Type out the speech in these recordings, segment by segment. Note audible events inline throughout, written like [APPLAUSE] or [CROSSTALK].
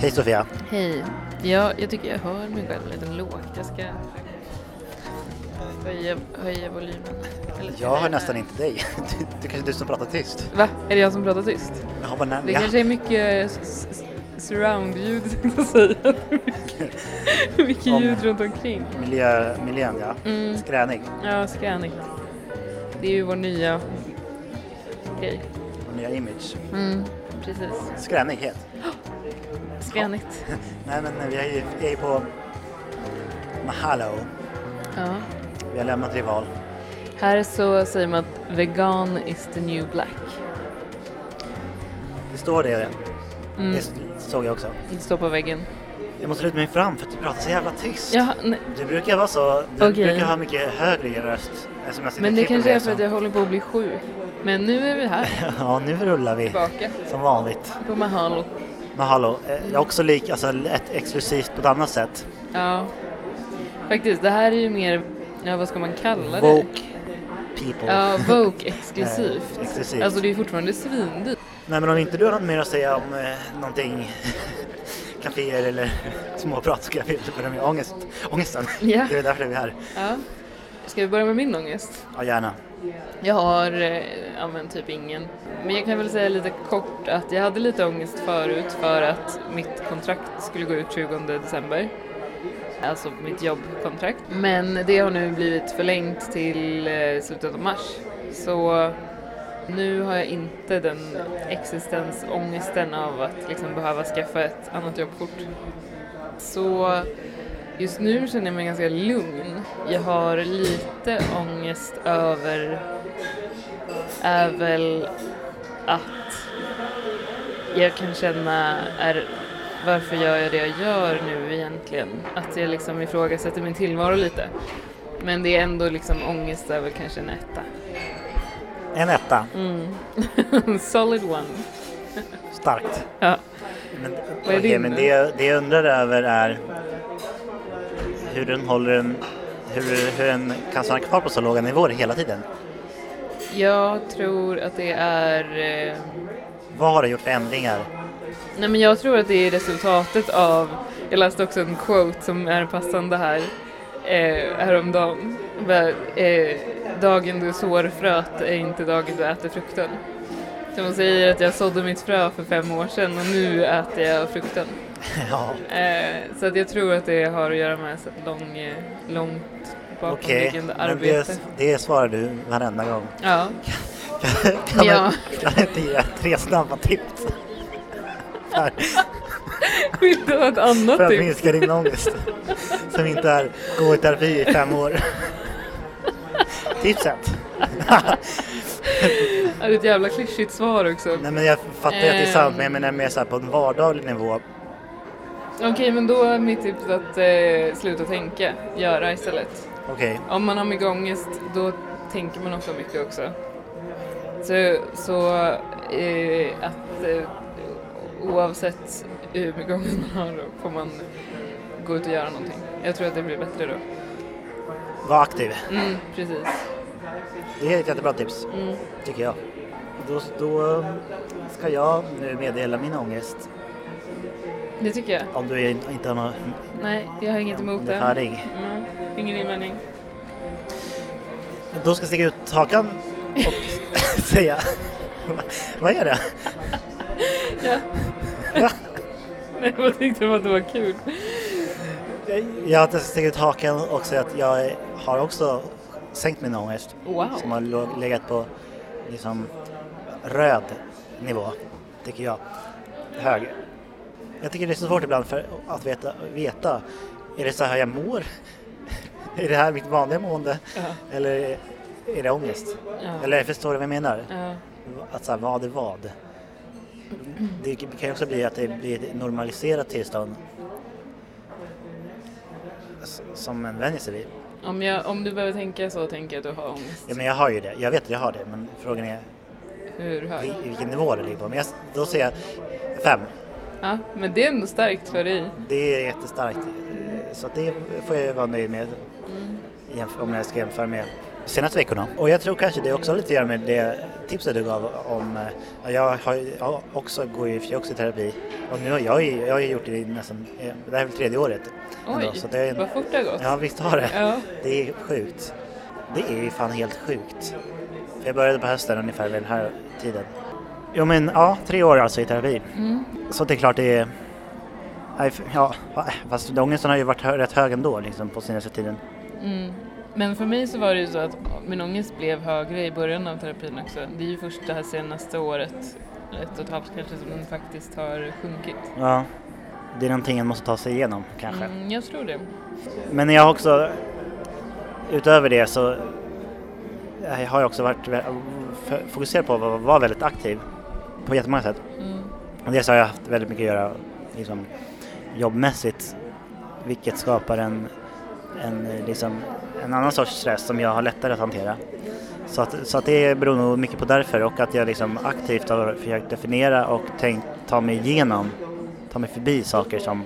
Hej Sofia. Hej. Ja, jag tycker jag hör mig själv lite lågt. Jag ska höja, höja volymen. Eller- Jag hör nästan inte dig. [LAUGHS] Du, du kanske är du som pratar tyst. Va? Är det jag som pratar tyst? Jag hoppar Det närmare. Ja. kanske är mycket s- s- surround-ljud, tänkte jag säga. [LAUGHS] mycket mycket Om- ljud runt omkring. Miljö, miljön ja. Mm. Skräning. Ja, skräning. Det är ju vår nya grej. Vår nya image. Mm, precis. Skränighet. Skränigt. Nej men eh, vi är ju, vi är ju på Mahalo. Ja. Vi har lämnat Rival. Här så säger man att vegan is the new black. Det står det. Mm. Det såg jag också. Det står på väggen. Jag måste luta mig fram för att du pratar så jävla tyst. Jaha, nej. Du brukar vara så. Du Okej. brukar ha mycket högre röst. eftersom jag sitter Men och det klipper kanske är mig för att jag håller på att bli sjuk. Men nu är vi här så. Ja nu rullar vi. tillbaka Som vanligt. på Mahalo. Mahalo. Eh, Jag är också lik, alltså ett exklusivt på ett annat sätt. Ja, faktiskt. Det här är ju mer, ja vad ska man kalla det? Woke people. Ja, [LAUGHS] Vogue exklusivt. Eh, exklusivt. Alltså det är fortfarande svindyrt. Nej men om inte du har något mer att säga om eh, någonting [LAUGHS] kaféer eller [LAUGHS] småprat så kan jag inte börja med ångest. ångesten. Ja. Det är därför vi är här. Ja. Ska vi börja med min ångest? Ja gärna. Jag har, eh, ja men typ ingen. Men jag kan väl säga lite kort att jag hade lite ångest förut för att mitt kontrakt skulle gå ut 20 december. Alltså mitt jobbkontrakt. Men det har nu blivit förlängt till eh, slutet av mars. Så nu har jag inte den existensångesten av att liksom behöva skaffa ett annat jobbkort. Så Just nu känner jag mig ganska lugn. Jag har lite ångest över är väl att jag kan känna är varför gör jag det jag gör nu egentligen? Att jag liksom ifrågasätter min tillvaro lite. Men det är ändå liksom ångest över kanske en etta. [LAUGHS] En etta. Mm. Solid one. Starkt. Ja. Men, Vad är okej, din? men det, det jag undrar över är hur den håller en hur, hur den kan stanna kvar på så låga nivåer hela tiden. Jag tror att det är eh, Vad har du gjort för ändringar? [LAUGHS] Nej men jag tror att det är resultatet av, jag läste också en quote som är passande här eh, häromdagen. Bara, Eh, dagen du sår fröet är inte dagen du äter frukten. Så man säger att jag sådde mitt frö för fem år sedan och nu äter jag frukten. ja, Eh, så att jag tror att det har att göra med så lång, eh, långt okej. bakomliggande Men arbete. det, det svarar du varenda gång. Ja, [LAUGHS] Kan Ja. du kan du inte ge tre snabba tips? vill du ha ett För annat att tips? minska din ångest. Som inte är gå i terapi i fem år. Tipset. Ja, Det är ett jävla klyschigt svar också. Nej men jag fattar ju att det är sant men jag menar mer så här på en vardaglig nivå. Okej, men då är mitt tips att eh, sluta tänka, göra istället. Okej, Om man har mycket ångest, då tänker man också mycket också. Så, så eh, att eh, oavsett hur mycket ångest man har då får man gå ut och göra någonting. Jag tror att det blir bättre då. var aktiv. Mm, precis. Det är ett jättebra tips Mm. tycker jag. Då, då ska jag nu meddela min ångest. Det tycker jag. Om du inte har någon Nej, jag har inget emot det. hörning. Mm, ingen invändning. [LAUGHS] Då ska jag sticka ut hakan och [LAUGHS] säga. Vad är det? Ja. Nej, jag tyckte bara att det var kul. Jag har sticka ut hakan och säga att jag har också sänkt min ångest. Wow. som har lo- legat på liksom röd nivå, tycker jag. Hög. Jag tycker det är så svårt ibland för att veta, veta är det så här jag mår? [LAUGHS] är det här mitt vanliga mående? Ja. Eller är det ångest? Ja. Eller förstår du vad jag menar? Ja. Att så här, vad är vad? Det kan ju också bli att det blir ett normaliserat tillstånd s- som man vänjer sig vid. Om, jag, om du behöver tänka så tänker jag att du har ångest. Ja, men jag har ju det, jag vet att jag har det, men frågan är Hur hög? vil- vilken nivå det ligger på. Men jag, då säger jag fem. Ja, men det är ändå starkt för dig. Det är jättestarkt. Så att det får jag vara nöjd med jämf- om jag ska jämföra med senaste veckorna. Och jag tror kanske det också har lite att göra med det tipset du gav om, eh, ja, jag, har, ju- jag också går ju jag är också i terapi och nu har jag, ju- jag har ju gjort det i nästan, eh, det här är väl tredje året. ändå, Oj, så det är en, vad fort det har gått. ja visst har det. Ja. Det är sjukt. Det är ju fan helt sjukt. För Jag började på hösten ungefär vid den här tiden. Jo men ja, tre år alltså i terapi. Mm. Så det är klart det är... Nej, f- Ja, fast ångesten har ju varit hö- rätt hög ändå liksom på senaste tiden. Mm. Men för mig så var det ju så att min ångest blev högre i början av terapin också. Det är ju först det här senaste året, ett och ett halvt kanske, som den faktiskt har sjunkit. Ja. Det är någonting man måste ta sig igenom kanske. Mm, jag tror det. Men jag har också, utöver det så jag har jag också varit vä- f- fokuserad på att vara väldigt aktiv på jättemånga sätt. Mm. Och dels har jag haft väldigt mycket att göra liksom, jobbmässigt vilket skapar en, en, eh, liksom, en annan sorts stress som jag har lättare att hantera. Så, att, så att det beror nog mycket på därför och att jag liksom aktivt har försökt definiera och tänkt ta mig igenom, ta mig förbi saker som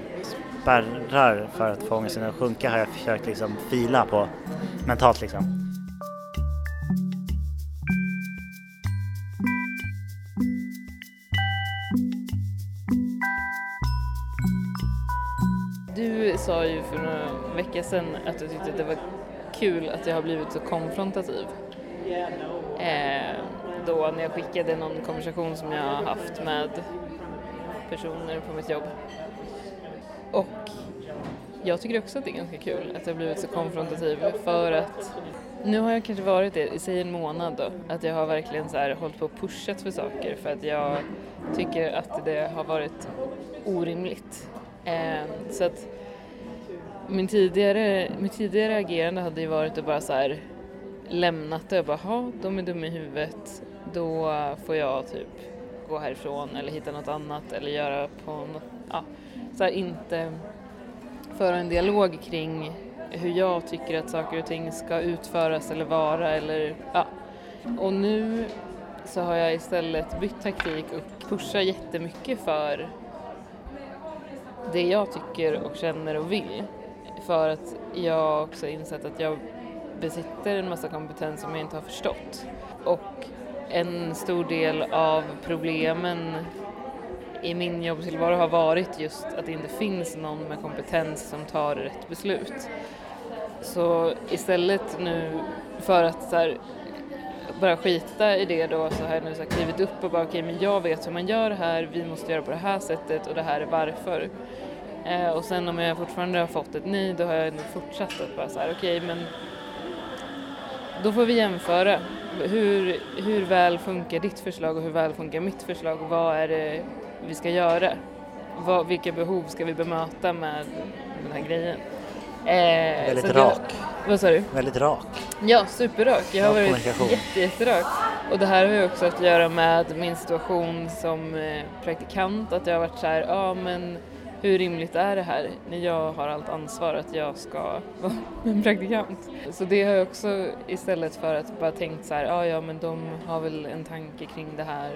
spärrar för att få ångesten att sjunka har jag försökt liksom fila på mentalt liksom. Du sa ju för några veckor sedan att du tyckte att det var kul att jag har blivit så konfrontativ. Eh, då när jag skickade någon konversation som jag har haft med personer på mitt jobb. Och jag tycker också att det är ganska kul att jag har blivit så konfrontativ för att nu har jag kanske varit det i säg en månad då, att jag har verkligen så här hållit på och pushat för saker för att jag tycker att det har varit orimligt. Eh, så att min tidigare, mitt tidigare agerande hade ju varit att bara så här lämnat det och bara, "Ha, de är dumma i huvudet, då får jag typ gå härifrån eller hitta något annat eller göra på något, ja, så här inte föra en dialog kring hur jag tycker att saker och ting ska utföras eller vara eller ja. Och nu så har jag istället bytt taktik och pushar jättemycket för det jag tycker och känner och vill. För att jag också har insett att jag besitter en massa kompetens som jag inte har förstått. Och en stor del av problemen i min jobbtillvaro har varit just att det inte finns någon med kompetens som tar rätt beslut. Så istället nu för att så här, bara skita i det då så har jag nu så här klivit upp och bara okej men jag vet hur man gör det här, vi måste göra på det här sättet och det här är varför. Eh, och sen om jag fortfarande har fått ett nej då har jag ändå fortsatt att bara så här okej men då får vi jämföra. Hur, hur väl funkar ditt förslag och hur väl funkar mitt förslag och vad är det vi ska göra? Vad, vilka behov ska vi bemöta med den här grejen? Eh, Väldigt så att jag- rak. Vad sa du? Väldigt rak. Ja, superrak. Jag har Bra varit kommunikation. jätte, jätterak. Och det här har ju också att göra med min situation som eh, praktikant, att jag har varit så här, ja men hur rimligt är det här när jag har allt ansvar att jag ska [LAUGHS] vara en praktikant? Så det har jag också istället för att bara tänkt så här, ja ja men de har väl en tanke kring det här,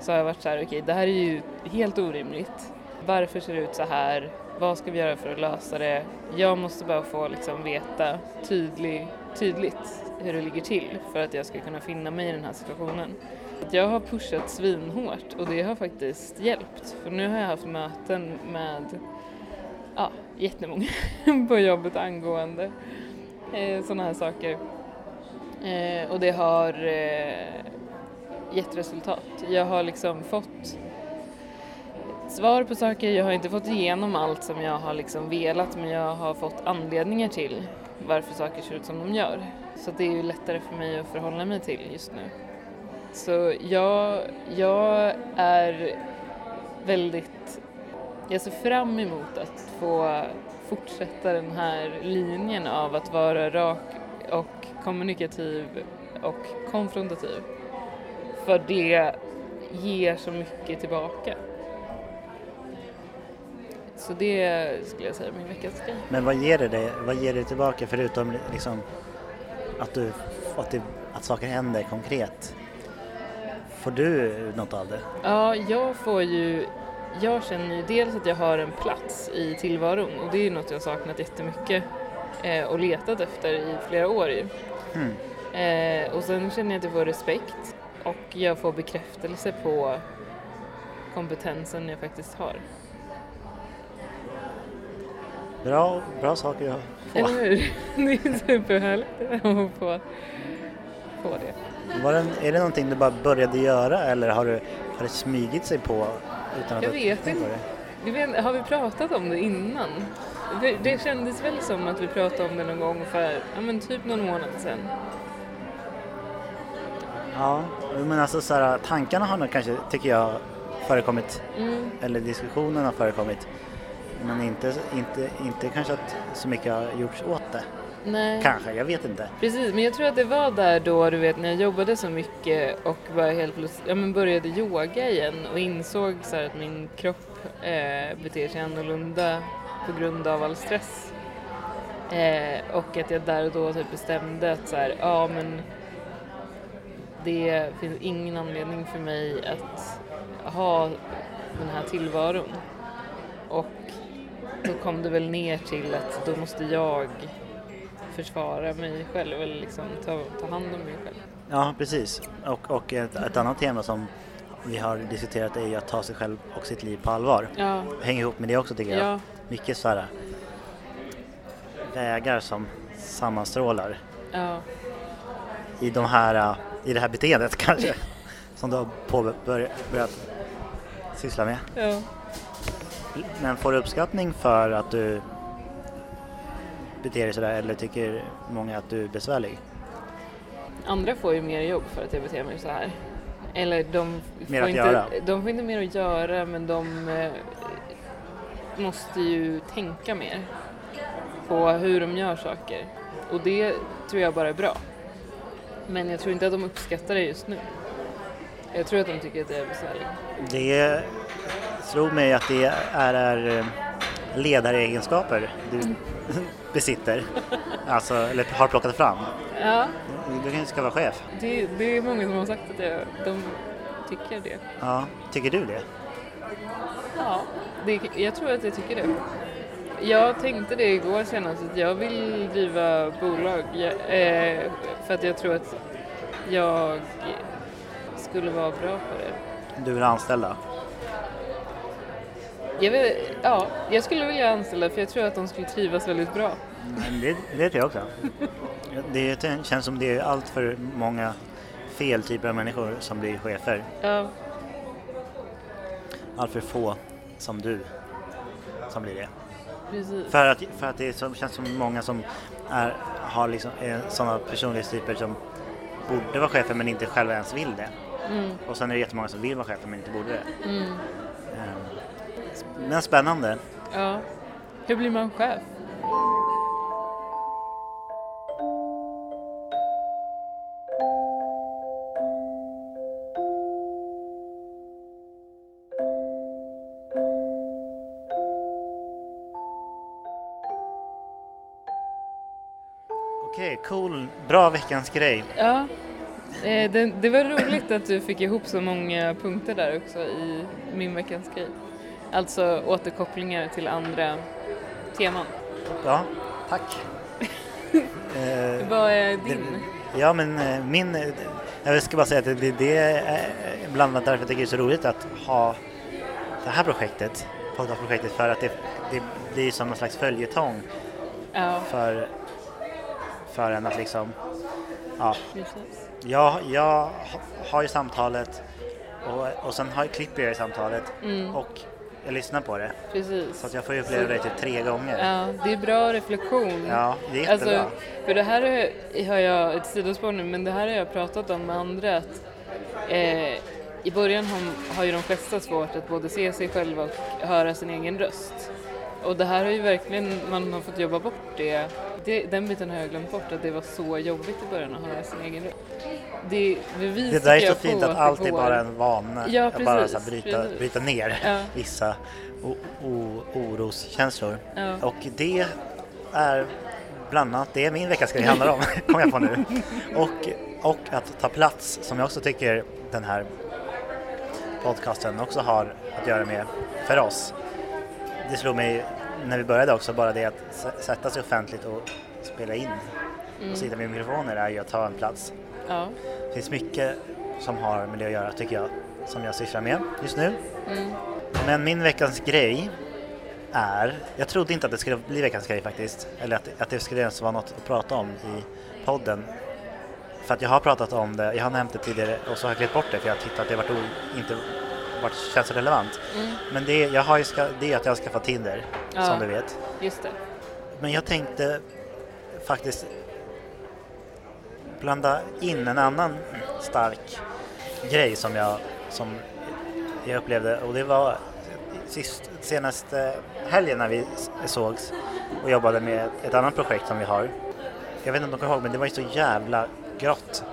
så har jag varit så här, okej det här är ju helt orimligt. Varför ser det ut så här? Vad ska vi göra för att lösa det? Jag måste bara få liksom veta tydlig, tydligt hur det ligger till för att jag ska kunna finna mig i den här situationen. Jag har pushat svinhårt och det har faktiskt hjälpt för nu har jag haft möten med ja, jättemånga [LAUGHS] på jobbet angående eh, sådana här saker. Eh, och det har eh, gett resultat. Jag har liksom fått svar på saker, jag har inte fått igenom allt som jag har liksom velat men jag har fått anledningar till varför saker ser ut som de gör. Så det är ju lättare för mig att förhålla mig till just nu. Så jag, jag är väldigt... Jag ser fram emot att få fortsätta den här linjen av att vara rak och kommunikativ och konfrontativ. För det ger så mycket tillbaka. Så det skulle jag säga är min veckas grej. Men vad ger det dig? Vad ger det tillbaka förutom liksom att, du, att, det, att saker händer konkret? Får du något av det? Ja, jag får ju... Jag känner ju dels att jag har en plats i tillvaron och det är ju något jag har saknat jättemycket eh, och letat efter i flera år ju. Mm. Eh, och sen känner jag att jag får respekt och jag får bekräftelse på kompetensen jag faktiskt har. Bra, bra saker att få. Eller hur? [LAUGHS] Det är superhärligt att få, få det. Var det, är det någonting du bara började göra eller har, du, har det smygit sig på? Utan att Jag du vet tänkt på inte. Jag vet, inte, har vi pratat om det innan? Det, det kändes väl som att vi pratade om det någon gång för ja, men typ någon månad sedan. det? Ja, men alltså så här, tankarna har nog kanske, tycker jag, förekommit. Mm. Eller diskussionen har förekommit. Men inte, inte, inte kanske att så mycket har gjorts åt det. Nej. Kanske, jag vet inte. Precis, men jag tror att det var där då, du vet, när jag jobbade så mycket och bara helt plötsligt, ja men började yoga igen och insåg så här att min kropp eh, beter sig annorlunda på grund av all stress. Eh, och att jag där och då typ bestämde att så här, ja men det finns ingen anledning för mig att ha den här tillvaron. Och då kom det väl ner till att då måste jag försvara mig själv eller liksom ta, ta hand om mig själv. Ja, precis. Och, och ett, ett annat tema som vi har diskuterat är ju att ta sig själv och sitt liv på allvar. Ja, Hänger ihop med det också tycker jag. Ja. Mycket så här vägar som sammanstrålar ja, i, de här, äh, i det här beteendet [LAUGHS] kanske som du har påbörjat syssla med. ja. Men får du uppskattning för att du beter dig sådär eller tycker många att du är besvärlig? Andra får ju mer jobb för att jag beter mig så här. Eller de Mer får, att inte, göra. de får inte mer att göra men de eh, måste ju tänka mer på hur de gör saker. Och det tror jag bara är bra. Men jag tror inte att de uppskattar det just nu. Jag tror att de tycker att det är besvärligt. Det slog mig att det är, är eh, ledaregenskaper du [LAUGHS] besitter, alltså, eller har plockat fram. Ja, Du kanske ska vara chef? det, det är många som har sagt att jag, de tycker det. Ja, tycker du det? Ja, det, jag tror att jag tycker det. Jag tänkte det igår senast att jag vill driva bolag jag, eh, för att jag tror att jag skulle vara bra på det. Du vill anställa? Jag, vill, ja, jag skulle vilja anställa för jag tror att de skulle trivas väldigt bra. Men det, det tror jag också. Det känns som det är allt för många fel typer av människor som blir chefer. Ja, Allt för få som du som blir det. precis. För att, för att det är så, känns som många som är, har liksom, är sådana personlighetstyper som borde vara chefer men inte själva ens vill det. Mm, Och sen är det jättemånga som vill vara chefer men inte borde det. mm, Ehm, Men spännande. ja. Hur blir man chef? Okej, cool. Bra veckans grej. Ja, eh, det, det var roligt att du fick ihop så många punkter där också i min veckans grej. Alltså återkopplingar till andra teman. Ja, tack. Ehm, Vad är din? Ja, men eh, min... eh, Jag ska bara säga att det, det- det är bland annat därför jag tycker det är så roligt att ha det här projektet, podcastprojektet, för att det, det blir som någon slags följetong Ja, för, för en att liksom... Ja, precis. jag, jag ha- har ju samtalet och, och sen har jag, klipper jag i samtalet Mm, och jag lyssnar på det. precis. Så att jag får ju uppleva det typ tre gånger. Ja, det är bra reflektion. Ja, det är jättebra. Alltså, för det här är- har jag, ett sidospår nu, men det här har jag pratat om med andra att eh, i början har, har ju de flesta svårt att både se sig själva och höra sin egen röst. Och det här har ju verkligen, man har fått jobba bort det. det den biten har jag glömt bort, att det var så jobbigt i början att höra sin egen röst. Det bevisar Det där är så jag fint på att allt är det går. bara en vana. Ja, att bara precis, så här bryta, precis. bryta ner Ja. vissa o- o- oroskänslor. Ja. Och det är bland annat det min veckas grej handlar [LAUGHS] om, kom jag på nu. Och, och att ta plats, som jag också tycker den här podcasten också har att göra med för oss. Det slog mig när vi började också, bara det att s- sätta sig offentligt och spela in Mm. och sitta med mikrofoner är ju att ta en plats. Ja. Det finns mycket som har med det att göra tycker jag, som jag sysslar med just nu. Mm. Men min veckans grej är, jag trodde inte att det skulle bli veckans grej faktiskt, eller att, att det skulle ens vara något att prata om i podden. För att jag har pratat om det, jag har nämnt det tidigare och så har jag klippt bort det för jag tyckte att det varit o- inte varit, känns relevant. Mm. Men det, jag har ju ska, det är att jag har skaffat Tinder, Ja. som du vet. Just det. Men jag tänkte faktiskt blanda in en annan stark grej som jag, som jag upplevde och det var sist, senaste helgen när vi s- sågs och jobbade med ett annat projekt som vi har. Jag vet inte om du kommer ihåg men det var ju så jävla grått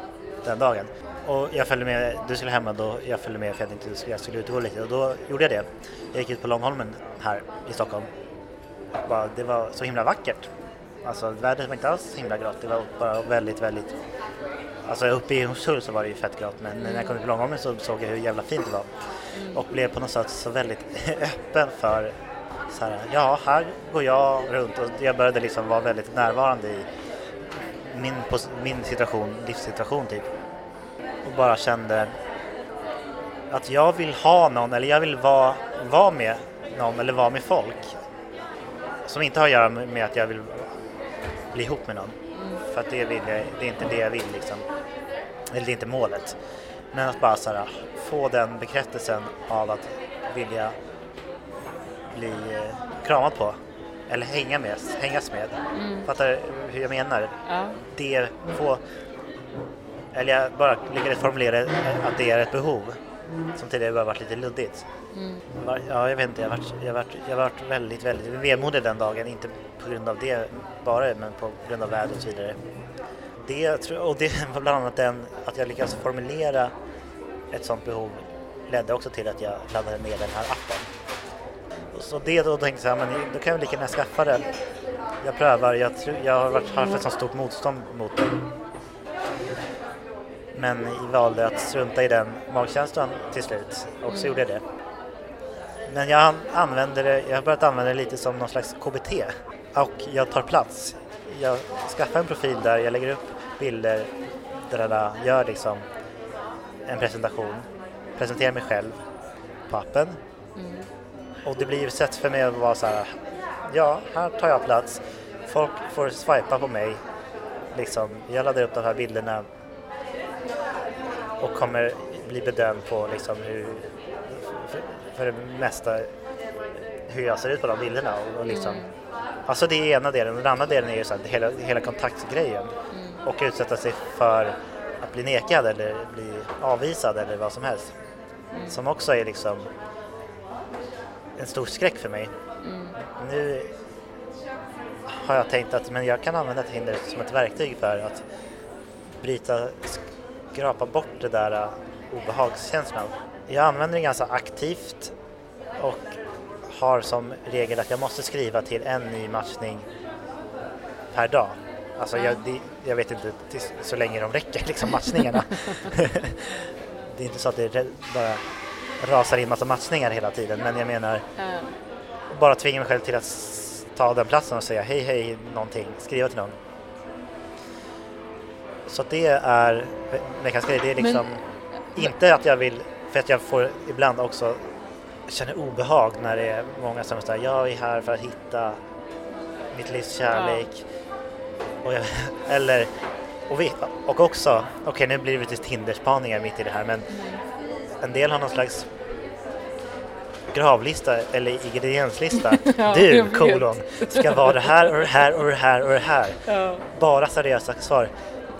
den dagen. Och jag följde med, du skulle hem och då jag följde med för att jag tänkte att du skulle- jag skulle ut och gå lite och då gjorde jag det. Jag gick ut på Långholmen här i Stockholm bara, det var så himla vackert. Alltså vädret var inte alls så himla grått, det var bara väldigt, väldigt... Alltså uppe i Hornstull så var det ju fett grått men när jag kom till Långholmen så såg jag hur jävla fint det var. Och blev på något sätt så väldigt [LAUGHS] öppen för så här, ja här går jag runt och jag började liksom vara väldigt närvarande i min, pos- min situation, livssituation typ. Och bara kände att jag vill ha någon eller jag vill vara vara med någon eller vara med folk som inte har att göra med att jag vill bli ihop med någon. För att det, vill jag, det är inte det jag vill liksom. Eller det är inte målet. Men att bara så här, få den bekräftelsen av att vilja bli eh, kramad på. Eller hänga med, hängas med. Fattar du hur jag menar? Ja. Det få... Eller jag bara lyckades formulera att det är ett behov. Som tidigare bara varit lite luddigt. Mm. Var- Ja, jag vet inte. Jag varit, jag varit, jag varit väldigt, väldigt vemodig den dagen. Inte på grund av det bara, men på grund av vädret och så vidare. Det, jag tror- och det var bland annat den, att jag lyckades formulera ett sånt behov ledde också till att jag laddade ner den här appen. Och så det då tänkte jag, så här, men då kan jag väl lika gärna skaffa det. Jag prövar, jag, tror, jag har varit, haft ett sånt stort motstånd mot det. Men valde att strunta i den magkänslan till slut och så gjorde jag det. Men jag an- använder det, jag har börjat använda det lite som någon slags KBT. Och jag tar plats. Jag skaffar en profil där, jag lägger upp bilder där jag gör liksom en presentation. Presenterar mig själv på appen. Och det blir ju ett sätt för mig att vara så här, ja, här tar jag plats. Folk får swipa på mig. Liksom, jag laddar upp de här bilderna och kommer bli bedömd på liksom hur, för, för det mesta hur jag ser ut på de bilderna. Och, och liksom. Alltså det är ena delen. Den andra delen är ju så här, hela, hela kontaktgrejen och utsätta sig för att bli nekad eller bli avvisad eller vad som helst. Som också är liksom en stor skräck för mig. Nu har jag tänkt att men jag kan använda ett hinder som ett verktyg för att bryta, skrapa bort det där eh, obehagskänslan. Jag använder det ganska aktivt och har som regel att jag måste skriva till en ny matchning per dag. Alltså jag, det, jag vet inte tills, så länge de räcker, liksom matchningarna. det är inte så att det re- bara rasar in massa matchningar hela tiden men jag menar Ja. bara tvinga mig själv till att s- ta den platsen och säga hej hej någonting, skriva till någon. Så att det är ve- veckans grej, det är Men- liksom inte att jag vill, för att jag får ibland också känner obehag när det är många som säger jag är här för att hitta mitt livs kärlek. Och jag, [LAUGHS] eller, och, vi, och också, okej nu blir det lite Tinderspaningar mitt i det här men en del har någon slags gravlista eller ingredienslista. [LAUGHS] Ja, jag du, vet. kolon, ska vara det här och det här och det här och det här. Ja. Bara seriösa svar.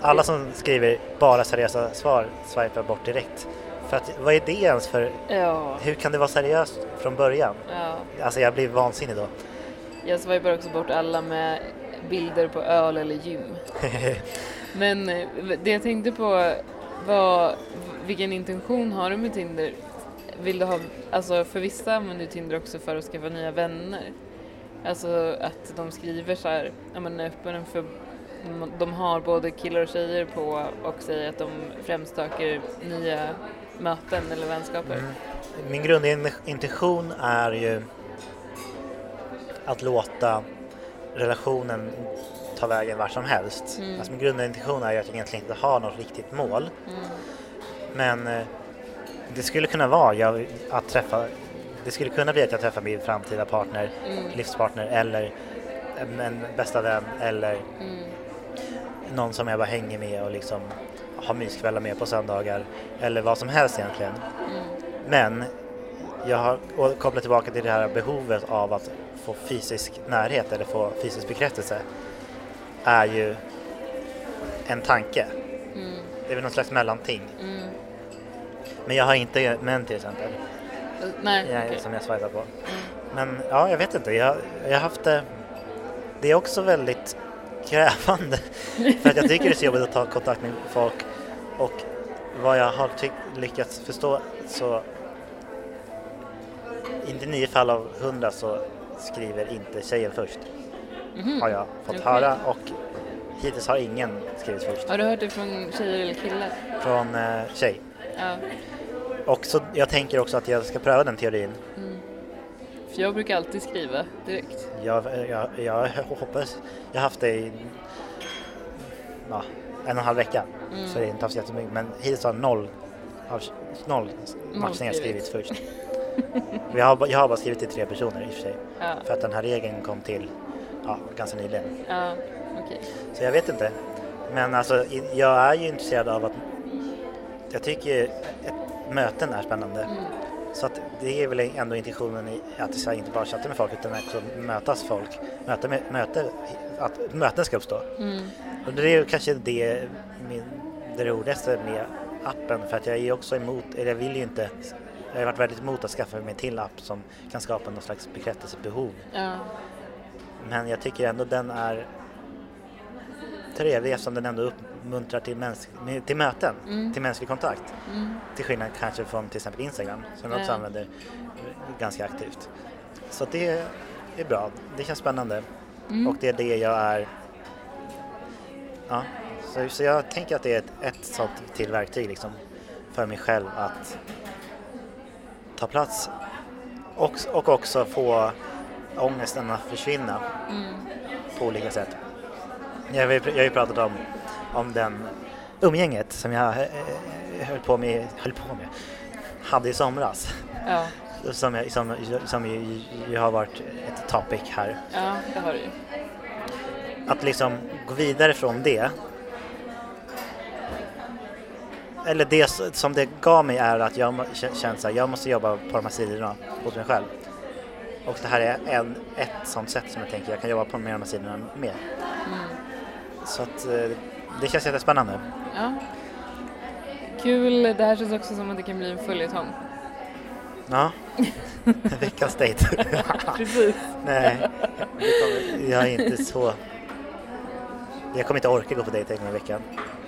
Alla som skriver bara seriösa svar swipar bort direkt. För att, vad är det ens för, Ja. hur kan det vara seriöst från början? ja. Alltså jag blir vansinnig då. Jag swiper också bort alla med bilder på öl eller gym. Men eh, det jag tänkte på var vilken intention har du med Tinder? Vill du ha, alltså för vissa använder ju Tinder också för att skaffa nya vänner. Alltså att de skriver så här, ja men är öppen för mm, de har både killar och tjejer på och säger att de främst söker nya möten eller vänskaper. Min grundintention är ju att låta relationen ta vägen vart som helst. Mm. Alltså min grundintention är ju att jag egentligen inte har något riktigt mål. Mm. Men eh, det skulle kunna vara jag, att träffa, det skulle kunna bli att jag träffar min framtida partner, Mm. livspartner eller eh, en bästa vän eller Mm. någon som jag bara hänger med och liksom har myskvällar med på söndagar eller vad som helst egentligen. Mm. Men jag har och kopplat tillbaka till det här behovet av att få fysisk närhet eller få fysisk bekräftelse är ju en tanke. Mm. Det är väl någon slags mellanting. Mm. Men jag har inte män till exempel Nej, jag, okej. som jag swipar på. Men ja, jag vet inte. Jag, jag har haft det. Det är också väldigt krävande [LAUGHS] för att jag tycker det är så jobbigt att ta kontakt med folk och vad jag har tyck- lyckats förstå så inte nio fall av hundra så skriver inte tjejen först Mhm. har jag fått Okej. höra och hittills har ingen skrivit först Har du hört det från tjejer eller killar? från eh, tjej. Ja. Och så, jag tänker också att jag ska pröva den teorin Mm. För jag brukar alltid skriva direkt. Jag, jag, jag hoppas, jag har haft det i ja, en och en halv vecka Mm. så det är inte haft jättemycket men hittills har noll, av, noll matchningar skrivit. skrivits först. jag, har, ba- jag har bara skrivit till tre personer i och för sig Ja, för att den här regeln kom till ja, ganska nyligen. ja. okej. Så jag vet inte. Men alltså i- jag är ju intresserad av att jag tycker ju ett, möten är spännande. Mm. Så att det är väl ändå intentionen i att det ska inte bara chatta med folk utan också mötas folk. Möte, med- möte, att möten ska uppstå. Mm. Och det är ju kanske det, min, det roligaste med appen för att jag är ju också emot, eller jag vill ju inte, jag har varit väldigt emot att skaffa mig en till app som kan skapa någon slags bekräftelsebehov. Ja. Men jag tycker ändå den är trevlig eftersom den ändå uppmuntrar till, mäns- till möten, Mm. till mänsklig kontakt. Mm. Till skillnad kanske från till exempel Instagram som jag också Ja. använder eh, ganska aktivt. Så att det är bra, det känns spännande Mm. och det är det jag är. Ja, så, så jag tänker att det är ett, ett sånt till verktyg liksom för mig själv att ta plats och, och också få ångesten att försvinna Mm. på olika sätt. Jag har ju jag har ju pratat om, om den umgänget som jag eh, eh, höll på med, höll på med, hade i somras. Ja. Som, jag, som, som ju, ju har varit ett topic här. ja, det har du ju. Att liksom gå vidare från det. Eller det s- som det gav mig är att jag må- kä- känner att jag måste jobba på de här sidorna hos mig själv. Och det här är en, ett sånt sätt som jag tänker jag kan jobba på med de här sidorna med. Så att eh, det känns jättespännande. Ja. Kul, det här känns också som att det kan bli en följetong. Ja. Veckans dejt. [LAUGHS] Precis. Nej, det kommer, jag är inte så... Jag kommer inte orka gå på dejt en gång i veckan.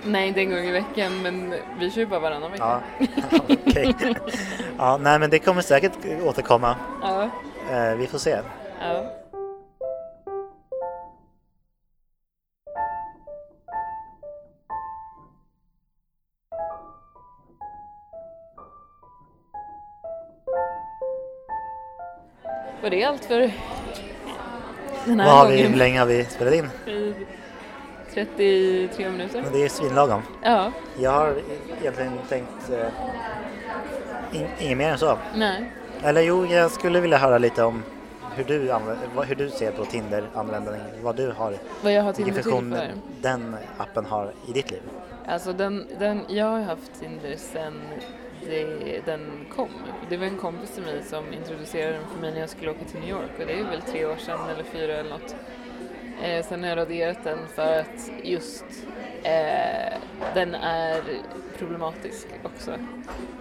Nej, inte en gång i veckan, men vi kör ju bara varannan vecka. Ja, [LAUGHS] okej. Ja, nej men det kommer säkert återkomma. Ja. Eh, vi får se. ja. Var det allt för den Vad har här vi, hur gången? länge har vi spelat in? I 33 minuter. Men det är svinlagom. Ja, Jag har egentligen tänkt eh, in, inget mer än så. nej. Eller jo, jag skulle vilja höra lite om hur du, använder, vad- hur du ser på Tinder-användning. Vad du har, Vad jag har vilken Tinder till funktion för. den appen har i ditt liv. Alltså den, den, jag har haft Tinder sedan det, den kom. Det var en kompis till mig som introducerade den för mig när jag skulle åka till New York och det är väl tre år sedan eller fyra eller något. Eh, sen har jag raderat den för att just eh, den är problematisk också.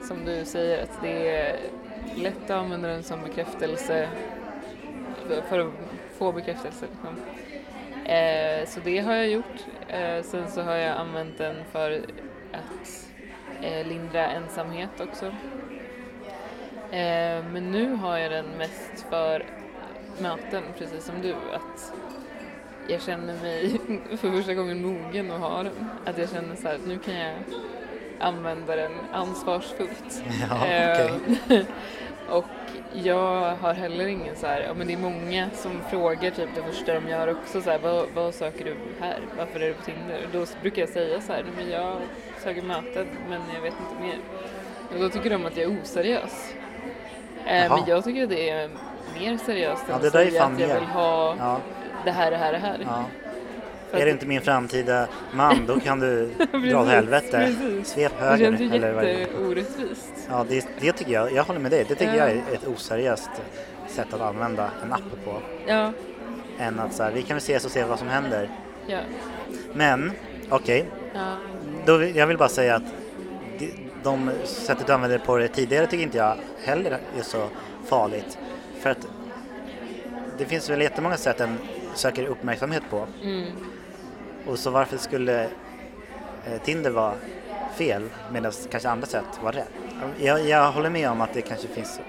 Som du säger att det är lätt att använda den som bekräftelse för- för att få bekräftelse. Liksom. Eh, så det har jag gjort. Eh, sen så har jag använt den för att eh, lindra ensamhet också. Eh, men nu har jag den mest för möten, precis som du. Att jag känner mig [LAUGHS] för första gången mogen att ha den. Att jag känner så här att nu kan jag använda den ansvarsfullt. [LAUGHS] Ja, Eh, okej. [LAUGHS] och Jag har heller ingen så här, ja, men det är många som frågar typ det första de gör också så här, vad, vad söker du här? Varför är du på Tinder? Och då brukar jag säga så här, "Nej, men jag söker möten men jag vet inte mer. Och då tycker de att jag är oseriös. Eh, Jaha. men jag tycker att det är mer seriöst än Ja, det att där är säga fan att jag mer. vill ha Ja, det här, det här, det här. ja. För Är att det inte min framtida man, då kan du [LAUGHS] dra åt helvete. precis. Svep det känns höger. ju Eller vad det är. jätteorättvist. Ja, det, det tycker jag. Jag håller med dig. Det tycker Ja. jag är ett oseriöst sätt att använda en app på. Ja, Än att så här, vi kan väl ses och se vad som händer. ja, Men, okej. ja. Då vill- Jag vill bara säga att de, de sättet du använde på det tidigare tycker inte jag heller är så farligt. För att det finns väl jättemånga sätt en söker uppmärksamhet på. Mm. Och så varför skulle eh, Tinder vara fel medan kanske andra sätt var rätt? Jag, jag håller med om att det kanske finns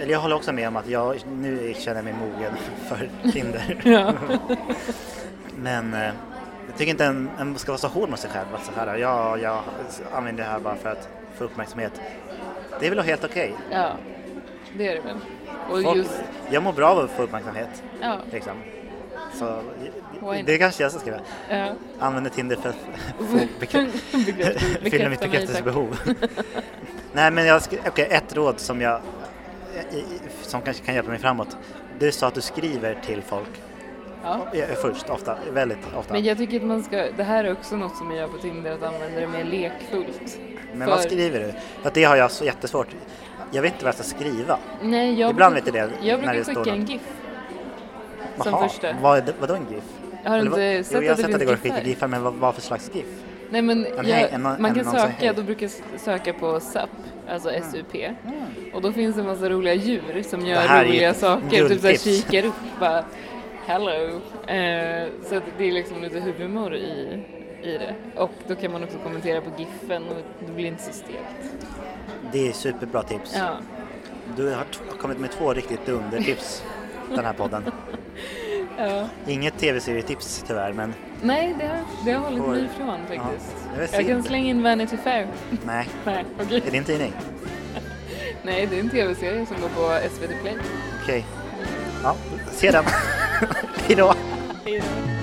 eller jag håller också med om att jag nu känner mig mogen [LAUGHS] för Tinder. ja. Men eh, jag tycker inte en, en ska vara så hård mot sig själv. Att så här, ja, jag använder det här bara för att få uppmärksamhet. Det är väl helt okej. Ja, det är det väl. Och Folk- just, Jag mår bra av att få uppmärksamhet. ja, Liksom. Så, Why not? det kanske jag ska skriva. ja. [LAUGHS] Använder Tinder för att få bekräft- [LAUGHS] Bekräfta- fylla mitt bekräfta mig, tack. [LAUGHS] bekräftelsebehov. Nej men jag ska, okej, ett råd som jag i- i- som kanske kan hjälpa mig framåt. Du sa att du skriver till folk Ja. eh, först, ofta, väldigt ofta. Men Men, jag tycker att man ska, det här är också något som jag gör på Tinder, att använda det mer lekfullt. vad för- skriver du? För att det har jag så jättesvårt. Jag vet inte vad jag ska skriva. Nej, jag Ibland brukar- vet jag det, Jag när brukar det står skicka en något. GIF. Som Jaha, första. Vad är det, vadå en GIF? Jag har Eller vad- inte sett jo, jag att har det sett att det går att finns skicka GIFar. GIFar, men vad, vad för slags GIF? Nej men hej, jag, en- en- man någon kan säger hej. söka, då brukar jag söka på SUP, alltså SUP. Och då finns det en massa roliga djur som här är gör ju roliga ett saker, typ såhär grundtips. kikar upp bara hello. Eh, så att det är liksom lite humor i, i det. Och då kan man också kommentera på giffen och det blir inte så stelt. Det är superbra tips. Ja. Du har t- kommit med två riktigt dundertips den här [LAUGHS] podden. ja. Inget tv-serietips tyvärr, men Nej, det har, det har jag hållit mig Får- ifrån faktiskt. det är väl jag kan synd. slänga in Vanity Fair. [LAUGHS] nej. Nej, okej. Är din tidning? Nej, det är en tv-serie som går på SVT Play. Okej. Ja, se den. [LAUGHS] Hejdå. Hej då.